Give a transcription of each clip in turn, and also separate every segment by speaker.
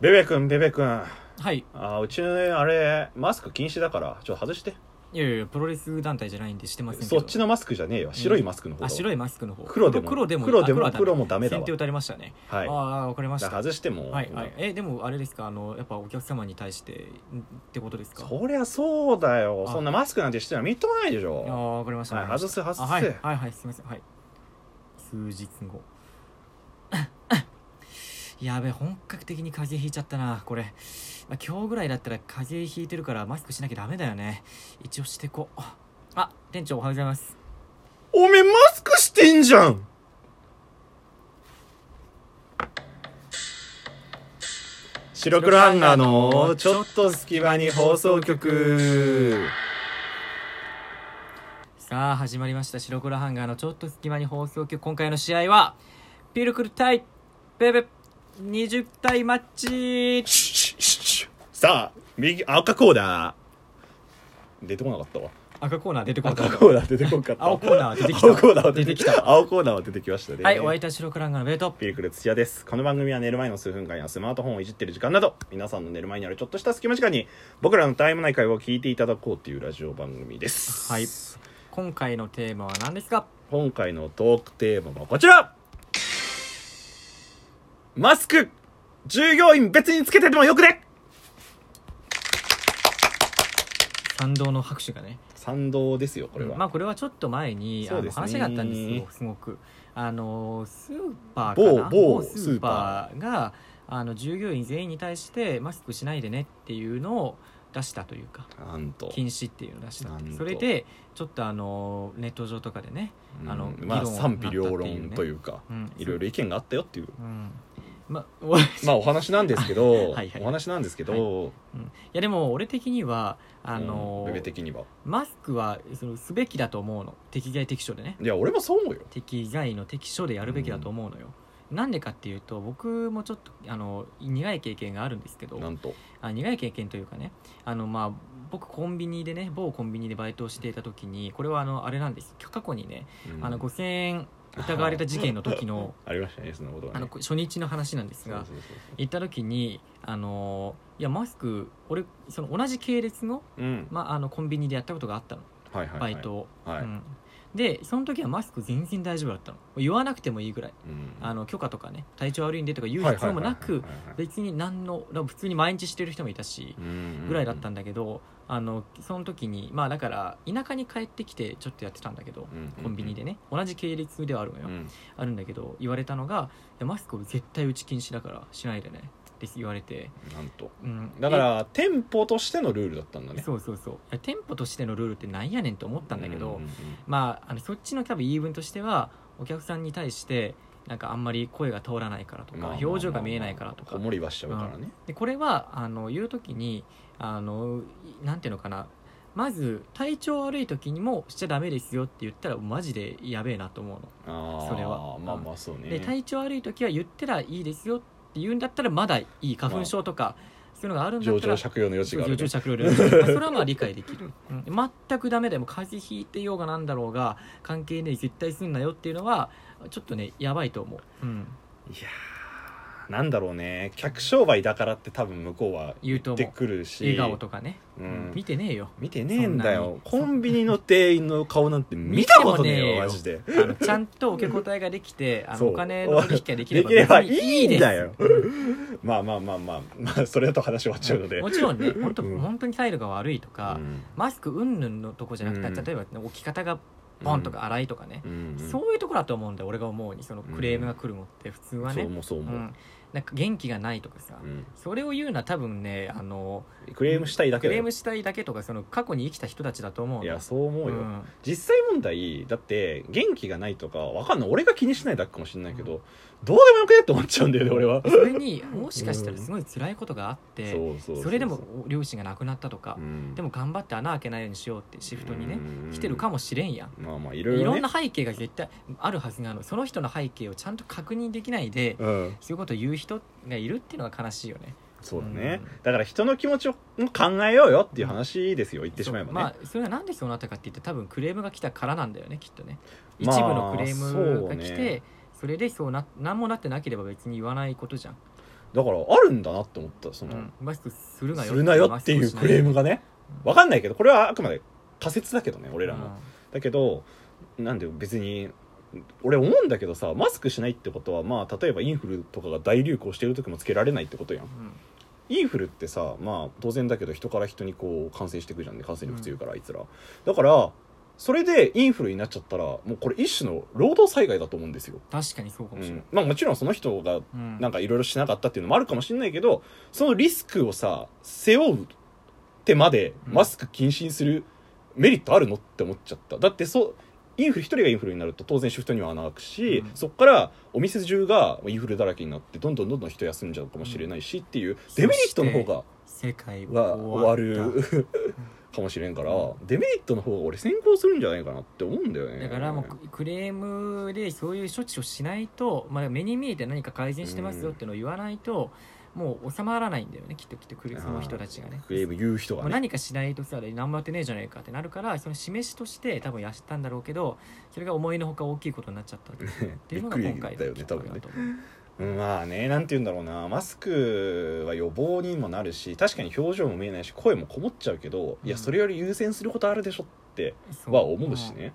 Speaker 1: ベベ君ベベ君
Speaker 2: はい
Speaker 1: あうちのねあれマスク禁止だからちょっと外して
Speaker 2: いやいやプロレス団体じゃないんでしてませんけ
Speaker 1: そ
Speaker 2: ど
Speaker 1: っちのマスクじゃねえよ白いマスクのこと、
Speaker 2: あ白いマスクの方
Speaker 1: 黒でも
Speaker 2: 黒でも
Speaker 1: 黒でも
Speaker 2: あは
Speaker 1: 黒もダメだわ
Speaker 2: 先手打たれましたね、
Speaker 1: はい
Speaker 2: ああ分かりまし
Speaker 1: だ
Speaker 2: た
Speaker 1: から外しても、
Speaker 2: はいはいえでもあれですかあのやっぱお客様に対してんってことですか
Speaker 1: そりゃそうだよ
Speaker 2: あ
Speaker 1: そんなマスクなんてしてるのはみっともないでし
Speaker 2: ああ
Speaker 1: ょ
Speaker 2: 分かりました,、
Speaker 1: はい外す外す
Speaker 2: あはいはいはいすいませんはい数日後 やべえ本格的に風邪ひいちゃったなこれまあ今日ぐらいだったら風邪ひいてるからマスクしなきゃダメだよね一応してこうあ店長おはようございます
Speaker 1: おめえマスクしてんじゃん白黒ハンガーのちょっと隙間に放送局
Speaker 2: さあ始まりました白黒ハンガーのちょっと隙間に放送局今回の試合はピルクル対ベベ20対マッチ
Speaker 1: シュッシュッシュッさあ右赤コーナー出てこなかったわ
Speaker 2: 赤コーナー出てこなかっ
Speaker 1: 赤
Speaker 2: た
Speaker 1: コーナー出てこなかった
Speaker 2: 青コーナー出てきた
Speaker 1: 青コーナーは出て
Speaker 2: 出て
Speaker 1: き
Speaker 2: き
Speaker 1: た青コーナーは出てきましたね
Speaker 2: はいお相手は白黒ハンガーのベート
Speaker 1: ピリクル土屋ですこの番組は寝る前の数分間やスマートフォンをいじってる時間など皆さんの寝る前にあるちょっとした隙間時間に僕らのたわいもない会話を聞いていただこうというラジオ番組です
Speaker 2: はい今回のテーマは何ですか
Speaker 1: 今回のトークテーマはこちらマスク従業員別につけててもよくね
Speaker 2: 賛同の拍手がね
Speaker 1: 賛同ですよこれは、
Speaker 2: まあこれはちょっと前に、
Speaker 1: そ
Speaker 2: あ
Speaker 1: うで
Speaker 2: の
Speaker 1: すね
Speaker 2: 話があったんですよすごくあのスーパー
Speaker 1: 某
Speaker 2: かな
Speaker 1: 某
Speaker 2: 某スーパーがあの従業員全員に対してマスクしないでねっていうのを出したというか
Speaker 1: なんと
Speaker 2: 禁止っていうのを出したって
Speaker 1: なんと
Speaker 2: それでちょっとあのネット上とかでね、あの
Speaker 1: うんまあ
Speaker 2: 議論
Speaker 1: 賛否両論
Speaker 2: になったっていうね
Speaker 1: というか
Speaker 2: うん、
Speaker 1: いろいろ意見があったよって いう
Speaker 2: うんまお い
Speaker 1: まあお話なんですけど
Speaker 2: はいはい
Speaker 1: お話なんですけど、
Speaker 2: うんいやでも俺的にはあの
Speaker 1: うん、部分的には
Speaker 2: マスクはそのすべきだと思うの適材適所でね
Speaker 1: いや俺もそう思うよ
Speaker 2: 適材の適所でやるべきだと思うのよ、なんでかっていうと僕もちょっとあの苦い経験があるんですけど
Speaker 1: なんと
Speaker 2: あ苦い経験というかねあの、まあ、僕コンビニでね某コンビニでバイトをしていた時にこれはあのあれなんです過去にね、
Speaker 1: うん
Speaker 2: あの5000円疑われた事件の時の
Speaker 1: ありましたねそんなことが、ね、
Speaker 2: あの初日の話なんですが
Speaker 1: そうそうそう
Speaker 2: 行った時にあのいやマスク俺その同じ系列の,、
Speaker 1: そううん
Speaker 2: まあ、あのコンビニでやったことがあったの
Speaker 1: はいはい、は
Speaker 2: バ
Speaker 1: い、
Speaker 2: イトを、
Speaker 1: はい、
Speaker 2: うん、でその時はマスク全然大丈夫だったの言わなくてもいいぐらい
Speaker 1: うん
Speaker 2: あの許可とかね体調悪いんでとか言う必要もなく
Speaker 1: はいはいはいはいはい
Speaker 2: 別に何のだから普通に毎日してる人もいたし
Speaker 1: うん
Speaker 2: ぐらいだった
Speaker 1: ん
Speaker 2: んだけどあのその時にまあだから田舎に帰ってきてちょっとやってたんだけどコンビニで
Speaker 1: ね、
Speaker 2: ね同じ系列ではあるの
Speaker 1: う
Speaker 2: よ
Speaker 1: ん、
Speaker 2: あるんだけど言われたのがいやマスクを絶対うち禁止だからしないでねって言われて
Speaker 1: なんと
Speaker 2: うん
Speaker 1: だから店舗としてのルールだったんだ
Speaker 2: え
Speaker 1: ね
Speaker 2: そうそうそういや店舗としてのルールってなんやねんと思ったんだけど、
Speaker 1: うんうんうん
Speaker 2: まあ、あのそっちの多分言い分としてはお客さんに対してなんかあんまり声が通らないからと
Speaker 1: まあま
Speaker 2: か
Speaker 1: あまあ
Speaker 2: 表情が見えないからとか
Speaker 1: こもりはしちゃうからね、
Speaker 2: でこれはあの言う時にあのいなんていうのかなまず体調悪い時にもしちゃダメですよって言ったらマジでやべえなと思うの、
Speaker 1: ああ
Speaker 2: それは
Speaker 1: まあまあそうね
Speaker 2: で体調悪い時は言ったらいいですよって言うんだったらまだいい花粉症とか、そういうのがあるんだっ
Speaker 1: 上
Speaker 2: たら
Speaker 1: 場借用の余地がある、
Speaker 2: 上
Speaker 1: ね
Speaker 2: 場、着用でそれはまあ理解できる、うん 全くダメでも風邪ひいてようがなんだろうが関係ねえ絶対すんなよっていうのはちょっとねやばいと思う、うん、
Speaker 1: いやーなんだろうね客商売だからって多分向こうは
Speaker 2: 言う
Speaker 1: 言
Speaker 2: と
Speaker 1: って
Speaker 2: 思う
Speaker 1: くるし
Speaker 2: 笑顔とかね、
Speaker 1: うん
Speaker 2: 見てねえよ
Speaker 1: 見てねえんだよ
Speaker 2: そん
Speaker 1: コ
Speaker 2: なに
Speaker 1: ンビニの店員の顔なんて見たことねえよマ
Speaker 2: 見てもねえ
Speaker 1: ジで
Speaker 2: よあのちゃんと受け答えがで きてあ
Speaker 1: そ
Speaker 2: の
Speaker 1: う
Speaker 2: お金の取引ができれ
Speaker 1: で
Speaker 2: ば
Speaker 1: きればい
Speaker 2: 別に
Speaker 1: いん
Speaker 2: です
Speaker 1: だよまあまあまあまあまあそれだと話終わっちゃうので
Speaker 2: もちろんね本当,、
Speaker 1: うん
Speaker 2: 本当に態度が悪いとか、
Speaker 1: うん
Speaker 2: マスク云々のとこじゃなくて、
Speaker 1: うん
Speaker 2: 例えばね、置き方がポンとか荒いとかね、
Speaker 1: うん
Speaker 2: そういうところだと思うんだよ俺が思うにそのクレームが来るのって普通はね、
Speaker 1: そうもそう
Speaker 2: う、
Speaker 1: 思うん
Speaker 2: なんか元気がないとかさ、
Speaker 1: うん
Speaker 2: それを言うのは多分ねあの
Speaker 1: クレームしたいだけ
Speaker 2: ク
Speaker 1: だ
Speaker 2: レー
Speaker 1: よ
Speaker 2: ムしたいだけとかその過去に生きた人たちだと思うの
Speaker 1: いやそう思うよ
Speaker 2: ん
Speaker 1: 実際問題だって元気がないとかわかんない俺が気にしないだけかもしれないけどどうでもよくねって思っちゃうんだよね俺は
Speaker 2: それにもしかしたらすごい辛いことがあって、
Speaker 1: そうそううう
Speaker 2: それでも両親が亡くなったとか、で
Speaker 1: も
Speaker 2: も頑張って穴開けないようにしようってシフトにね、来てるか
Speaker 1: も
Speaker 2: もしれんやん
Speaker 1: まあまあいろい
Speaker 2: い
Speaker 1: ろ
Speaker 2: ろん
Speaker 1: ね
Speaker 2: な背景が絶対あるはずなのその人の背景をちゃんと確認できないで、
Speaker 1: うん
Speaker 2: そういうことを言う人がいるっていうのが悲しいよね
Speaker 1: そうだね、
Speaker 2: うん
Speaker 1: だから人の気持ちを考えようよっていう話ですよ言ってしまえばね、
Speaker 2: そうまあそれはなんでそうなったかって言って多分クレームが来たからなんだよねきっとね一
Speaker 1: まあ
Speaker 2: 部のクレームが来
Speaker 1: そう
Speaker 2: て、
Speaker 1: ね
Speaker 2: それでそうな何もなってなければ別に言わないことじゃん
Speaker 1: だからあるんだなって思ったその、
Speaker 2: うんマスクするなよ
Speaker 1: するなよっていうクレームがねわかんないけどこれはあくまで仮説だけどね俺
Speaker 2: 俺
Speaker 1: らの、だけどなんで別に俺思うんだけどさマスクしないってことはまあ例えばインフルとかが大流行してる時もつけられないってことやんインフルってさまあ当然だけど人から人にこう感染していくじゃんね感染力強いからあいつら、だからそれでインフルになっちゃったらもうこれ一種の労働災害だと思うんですよ、
Speaker 2: 確かにそうか
Speaker 1: う
Speaker 2: もしれない
Speaker 1: ん、まあもちろんその人が
Speaker 2: うん
Speaker 1: なんかいろいろしなかったっていうのもあるかもしれないけどそのリスクをさ背負うってまで
Speaker 2: うん
Speaker 1: マスク禁止にするメリットあるのって思っちゃっただってそうインフル一人がインフルになると当然シフトには穴開くし、
Speaker 2: うん
Speaker 1: そこからお店中がインフルだらけになってどんどんどんどん人休んじゃうかもしれないしっていうデメリットの方が
Speaker 2: 世界
Speaker 1: が
Speaker 2: は
Speaker 1: 終わ
Speaker 2: 終わった
Speaker 1: る かもしれんから
Speaker 2: う
Speaker 1: デメリットの方が俺先行するんじゃないかなって思うんだよね
Speaker 2: だからもうククレームでそういう処置をしないと、まあ、目に見えて何か改善してますよっていうのを言わないと、もう収まらないんだよねきっときっとクレその人たちがね
Speaker 1: クレーム言う人
Speaker 2: ま
Speaker 1: が
Speaker 2: あ、
Speaker 1: ね
Speaker 2: 何かしないとさ何もやってねえじゃねえかってなるからその示しとして多分やったんだろうけどそれが思いのほか大きいことになっちゃったっていうのが今回 の
Speaker 1: びっくりだよね多分ね
Speaker 2: 結果だと思う
Speaker 1: うんまあねなんて言うんだろうなマスクは予防にもなるし確かに表情も見えないし声もこもっちゃうけど、いや
Speaker 2: うん
Speaker 1: それより優先することあるでしょって
Speaker 2: そう
Speaker 1: は思うしね、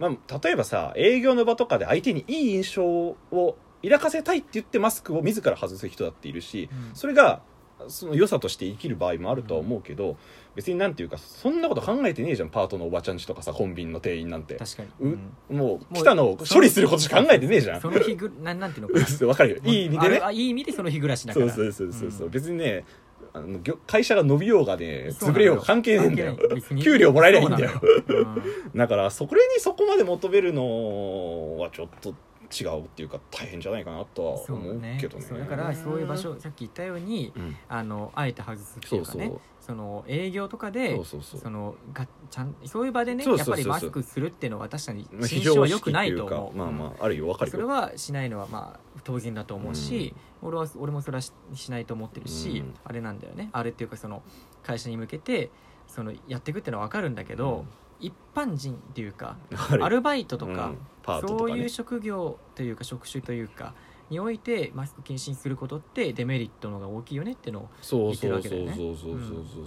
Speaker 1: まあ、例えばさ営業の場とかで相手にいい印象を抱かせたいって言ってマスクを自ら外す人だっているし
Speaker 2: うん
Speaker 1: それがその良さとして生きる場合もあるとは思うけど、別になんていうかそんなこと考えてねえじゃんパートのおばちゃんちとかさコンビニの店員なんて
Speaker 2: 確かに、
Speaker 1: う
Speaker 2: うん
Speaker 1: もう
Speaker 2: もう
Speaker 1: 来たのを処理することしか考えてねえじゃん
Speaker 2: その日ぐなんなんていうのかな
Speaker 1: う わかるよ いい意味でね
Speaker 2: ああいい意味でその日暮らしだか
Speaker 1: そう
Speaker 2: ら
Speaker 1: そうそうそうそう、
Speaker 2: うん
Speaker 1: 別にねあの業会社が伸びようがね
Speaker 2: そう
Speaker 1: 潰
Speaker 2: なの
Speaker 1: れようが関係ねえんだよ
Speaker 2: 関係ない別に
Speaker 1: 給料もらえりゃいいんだよ
Speaker 2: そうなのよ
Speaker 1: だからそこれにそこまで求めるのはちょっと違うっていうか大変じゃないかなとは
Speaker 2: うんそう
Speaker 1: 思う
Speaker 2: ね
Speaker 1: けどね
Speaker 2: そうだからそういう場、所さっき言ったように
Speaker 1: うん、
Speaker 2: あのあえて外すって
Speaker 1: そ
Speaker 2: いううか
Speaker 1: そう、
Speaker 2: ねその営業とかで
Speaker 1: そうそうそう
Speaker 2: そのがちゃんそういう場でね
Speaker 1: そう
Speaker 2: や
Speaker 1: そう
Speaker 2: っ
Speaker 1: そう
Speaker 2: ぱ
Speaker 1: そう
Speaker 2: りマスクするっていうのは確かに
Speaker 1: まあ
Speaker 2: 心象は良くないと
Speaker 1: 非常
Speaker 2: 思
Speaker 1: 識
Speaker 2: う
Speaker 1: まあまああるよわかる
Speaker 2: それ
Speaker 1: よ
Speaker 2: はしないのはまあ当然だと思うし、俺は俺もそれはししないと思ってるし、
Speaker 1: うん
Speaker 2: あれなんだよねあれっていうかその会社に向けてそのやっていくっていうのは分かるんだけど、一般人っていうか
Speaker 1: ある
Speaker 2: アルバイトとか、
Speaker 1: うんパートと
Speaker 2: そ
Speaker 1: か、ね、
Speaker 2: ういう職業というか職種というかにおいてマスク禁止にすることってデメリットの方が大きいよねっていうのを
Speaker 1: そう
Speaker 2: 言って
Speaker 1: そ
Speaker 2: るわ
Speaker 1: う
Speaker 2: け
Speaker 1: そ
Speaker 2: だよ
Speaker 1: う
Speaker 2: ね
Speaker 1: そうそうそうそう、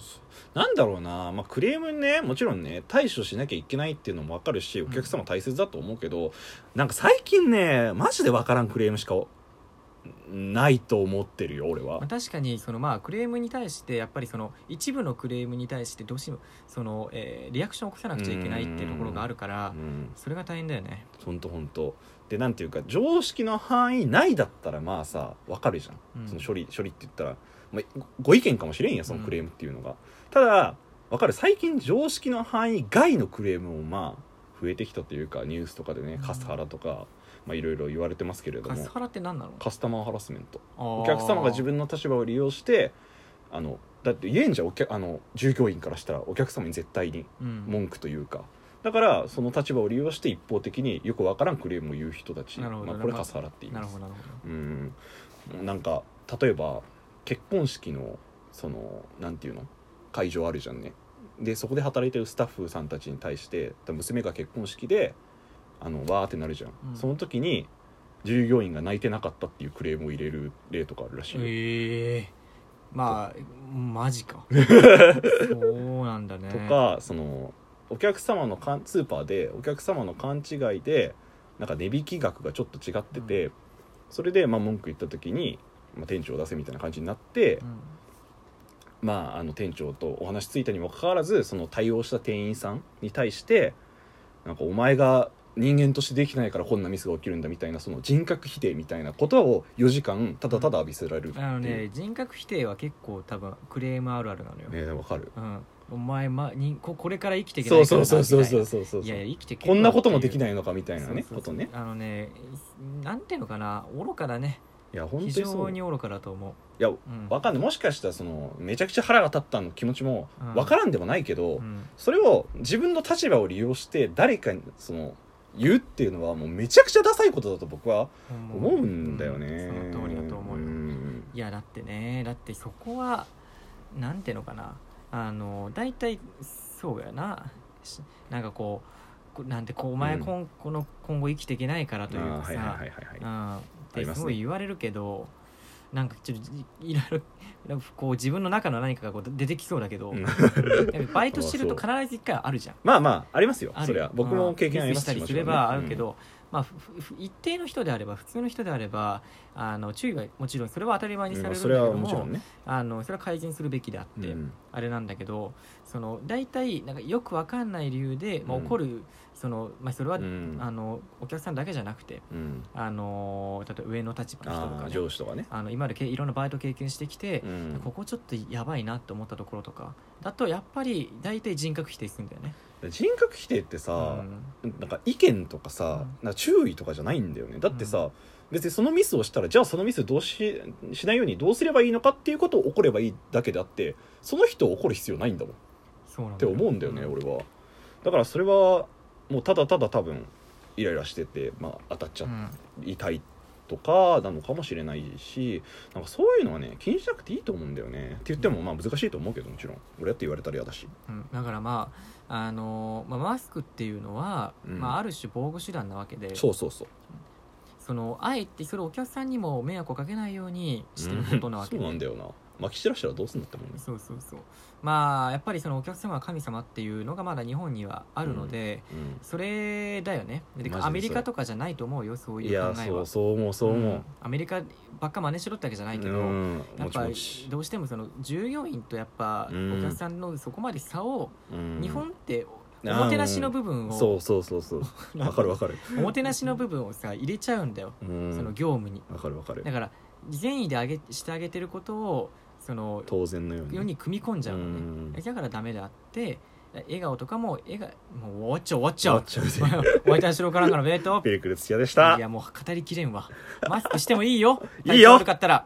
Speaker 1: なんだろうな、まあ、クレームねもちろんね対処しなきゃいけないっていうのも分かるしお客様大切だと思うけど、なんか最近ねマジで分からんクレームしかないと思ってるよ俺は
Speaker 2: まあ、確かにそのまあクレームに対してやっぱりその一部のクレームに対してどうしてもその、えーリアクションを起こさなくちゃいけないっていうところがあるから
Speaker 1: うん
Speaker 2: それが大変だよね
Speaker 1: ほんとほんとでなんていうか常識の範囲内だったらまあさ分かるじゃん
Speaker 2: うん
Speaker 1: その処理処理って言ったら、まあ、ごご意見かもしれんやそのクレームっていうのが、ただわかる最近常識の範囲外のクレームもまあ増えてきたというかニュースとかでね
Speaker 2: うん
Speaker 1: カスハラとか、まあ、いろいろ言われてますけれど
Speaker 2: カス
Speaker 1: も
Speaker 2: ハラって何なの
Speaker 1: カスタマーハラスメント
Speaker 2: お
Speaker 1: お客様が自分の立場を利用してあのだって言えんじゃんお客あの従業員からしたらお客様に絶対に文句というか、だからその立場を利用して一方的によくわからんクレームを言う人たち、
Speaker 2: なるほど
Speaker 1: まあ、これカスハラって言い
Speaker 2: な
Speaker 1: ま
Speaker 2: る
Speaker 1: す
Speaker 2: ほどなるほ
Speaker 1: うんなんか例えば結婚式のそのなんていうの会場あるじゃんねでそこで働いてるスタッフさんたちに対して多分娘が結婚式であのわーってなるじゃん、
Speaker 2: うん
Speaker 1: その時に従業員が泣いてなかったっていうクレームを入れる例とかあるらしい
Speaker 2: ど
Speaker 1: よ、
Speaker 2: ええまあマ ジかそうなんだね
Speaker 1: とかそのお客様のかんスーパーでお客様の勘違いでなんか値引き額がちょっと違ってて、それでまあ文句言った時に、まあ、店長出せみたいな感じになって、
Speaker 2: うん
Speaker 1: まあ、あの店長とお話ついたにもかかわらずその対応した店員さんに対してなんかお前が人間としてできないからこんなミスが起きるんだみたいなその人格否定みたいなことを4時間ただただ浴びせられるっていう
Speaker 2: あのね人格否定は結構多分クレームあるあるなのよ、
Speaker 1: ねわかる
Speaker 2: うん、お前、ま、にここれから生きていけな
Speaker 1: そ
Speaker 2: いうか
Speaker 1: そ
Speaker 2: らな
Speaker 1: うそうそう
Speaker 2: みたい
Speaker 1: そ
Speaker 2: な
Speaker 1: うそうそう
Speaker 2: いやいや生きてけ
Speaker 1: こんなこともでき
Speaker 2: い
Speaker 1: ないのかみたいなね
Speaker 2: そうそうそう
Speaker 1: ことね
Speaker 2: あのねなんていうのかな愚かだね
Speaker 1: いや本
Speaker 2: 非
Speaker 1: 当にそ
Speaker 2: 常
Speaker 1: うい
Speaker 2: に愚かだと思
Speaker 1: や
Speaker 2: う、うん、
Speaker 1: わかんないもしかしたらそのめちゃくちゃ腹が立ったの気持ちも
Speaker 2: うん
Speaker 1: わからんでもないけど、
Speaker 2: うん
Speaker 1: それを自分の立場を利用して誰かにその言うっていうのはもうめちゃくちゃダサいことだと僕は思うんだよね、
Speaker 2: うんその通りだと思うよ、
Speaker 1: ん
Speaker 2: いやだってねだってそこはなんていうのかなあの大体そうやなしなんかこうこなんてこうお前
Speaker 1: うん
Speaker 2: 今,、この今後生きていけないからという
Speaker 1: あー
Speaker 2: か
Speaker 1: は
Speaker 2: さ、
Speaker 1: いはいはいはいはい
Speaker 2: うんっ
Speaker 1: あり
Speaker 2: て
Speaker 1: ますね
Speaker 2: すごい言われるけど、なんかちょっといろいろ なんかこう自分の中の何かがこう出てきそうだけど、
Speaker 1: うん
Speaker 2: なんかバイトしてると必ず一回はあるじゃん
Speaker 1: まあまあありますよ
Speaker 2: ある
Speaker 1: そりゃ僕も経験あります
Speaker 2: ミスしたりすればあるけ、ど、まあ、ふふ一定の人であれば普通の人であればあの注意はもちろんそれは当たり前
Speaker 1: も
Speaker 2: に
Speaker 1: ち
Speaker 2: さ
Speaker 1: ろんねうん
Speaker 2: れるんだ
Speaker 1: それはも
Speaker 2: けど
Speaker 1: ちろ
Speaker 2: も
Speaker 1: んね、
Speaker 2: あのそれは改善するべきであって、
Speaker 1: うん
Speaker 2: あれなんだけどその大体なんかよくわかんない理由で、まあ、
Speaker 1: うん
Speaker 2: 起こるその、まあ、それは、
Speaker 1: うん
Speaker 2: あのお客さんだけじゃなくて
Speaker 1: うん、
Speaker 2: あの例えば上の立場の人と
Speaker 1: あ
Speaker 2: か、
Speaker 1: あ
Speaker 2: ね、
Speaker 1: 上司とかね、
Speaker 2: あの今までけいろんなバイト経験してきて
Speaker 1: う、ん、
Speaker 2: ここちょっとやばいなって思ったところとかだとやっぱり大体人格否定するんだよね。
Speaker 1: 人格否定って
Speaker 2: う
Speaker 1: さ、
Speaker 2: ん
Speaker 1: なんか意見とかさ、
Speaker 2: うん
Speaker 1: なんか注意とかじゃないんだよねだってさ、
Speaker 2: う
Speaker 1: 別にそのミスをしたらじゃあそのミスどうししないようにどうすればいいのかっていうことを怒ればいいだけであってその人を怒る必要ないんだもん
Speaker 2: そうなん
Speaker 1: って
Speaker 2: だよ
Speaker 1: 思うんだよね、俺はだからそれはもうただただ多分イライラしてて、まあ、当たっちゃ
Speaker 2: うん
Speaker 1: いたいとかなのかもしれないしなんかそういうのはね気にしなくていいと思うんだよねって言ってもまあ難しいと思うけどもちろん俺だって言われたら嫌だし
Speaker 2: うんだからまあ、あのーまあ、マスクっていうのは、
Speaker 1: うん
Speaker 2: まあ、ある種防護手段なわけで
Speaker 1: そうそうそう
Speaker 2: そのあえてそれをお客さんにも迷惑をかけないようにしてることなわけ
Speaker 1: うん
Speaker 2: で、
Speaker 1: そうなんだよな巻き散らしたらどうすんだってもんね
Speaker 2: そうそうそうまあやっぱりそのお客様は神様っていうのがまだ日本にはあるので、
Speaker 1: うん
Speaker 2: それだよね
Speaker 1: マジで
Speaker 2: で
Speaker 1: そう
Speaker 2: アメリカとかじゃないと思うよそうい
Speaker 1: いうや
Speaker 2: 考え
Speaker 1: そ
Speaker 2: は
Speaker 1: うそう思うそう思
Speaker 2: んアメリカばっか真似しろってわけじゃな
Speaker 1: う
Speaker 2: いけど、
Speaker 1: うん
Speaker 2: や
Speaker 1: も
Speaker 2: っ
Speaker 1: ち
Speaker 2: ぱ
Speaker 1: も
Speaker 2: り
Speaker 1: ち
Speaker 2: どうしてもその従業員とやっぱ
Speaker 1: うん
Speaker 2: お客さんのそこまで差を、
Speaker 1: うん
Speaker 2: 日本っておもてなしの部分を
Speaker 1: そうそうそうそう わかるわかる
Speaker 2: おもてなしの部分をさ入れちゃうんだよ、
Speaker 1: うん
Speaker 2: その業務に
Speaker 1: わかるわかる
Speaker 2: だから善意であげしてあげてることをその
Speaker 1: 当然のように
Speaker 2: 世に組み込んじゃうの
Speaker 1: う
Speaker 2: ね
Speaker 1: ん
Speaker 2: だからダメであって笑顔とかも笑顔もう終わっちゃう終わっちゃう
Speaker 1: 終わっちゃうぜ
Speaker 2: お相手は後ろからんからベート
Speaker 1: ペリクル土屋でした
Speaker 2: いやもう語りきれんわマスクしてもいいよ
Speaker 1: いいよ
Speaker 2: 体調悪かったら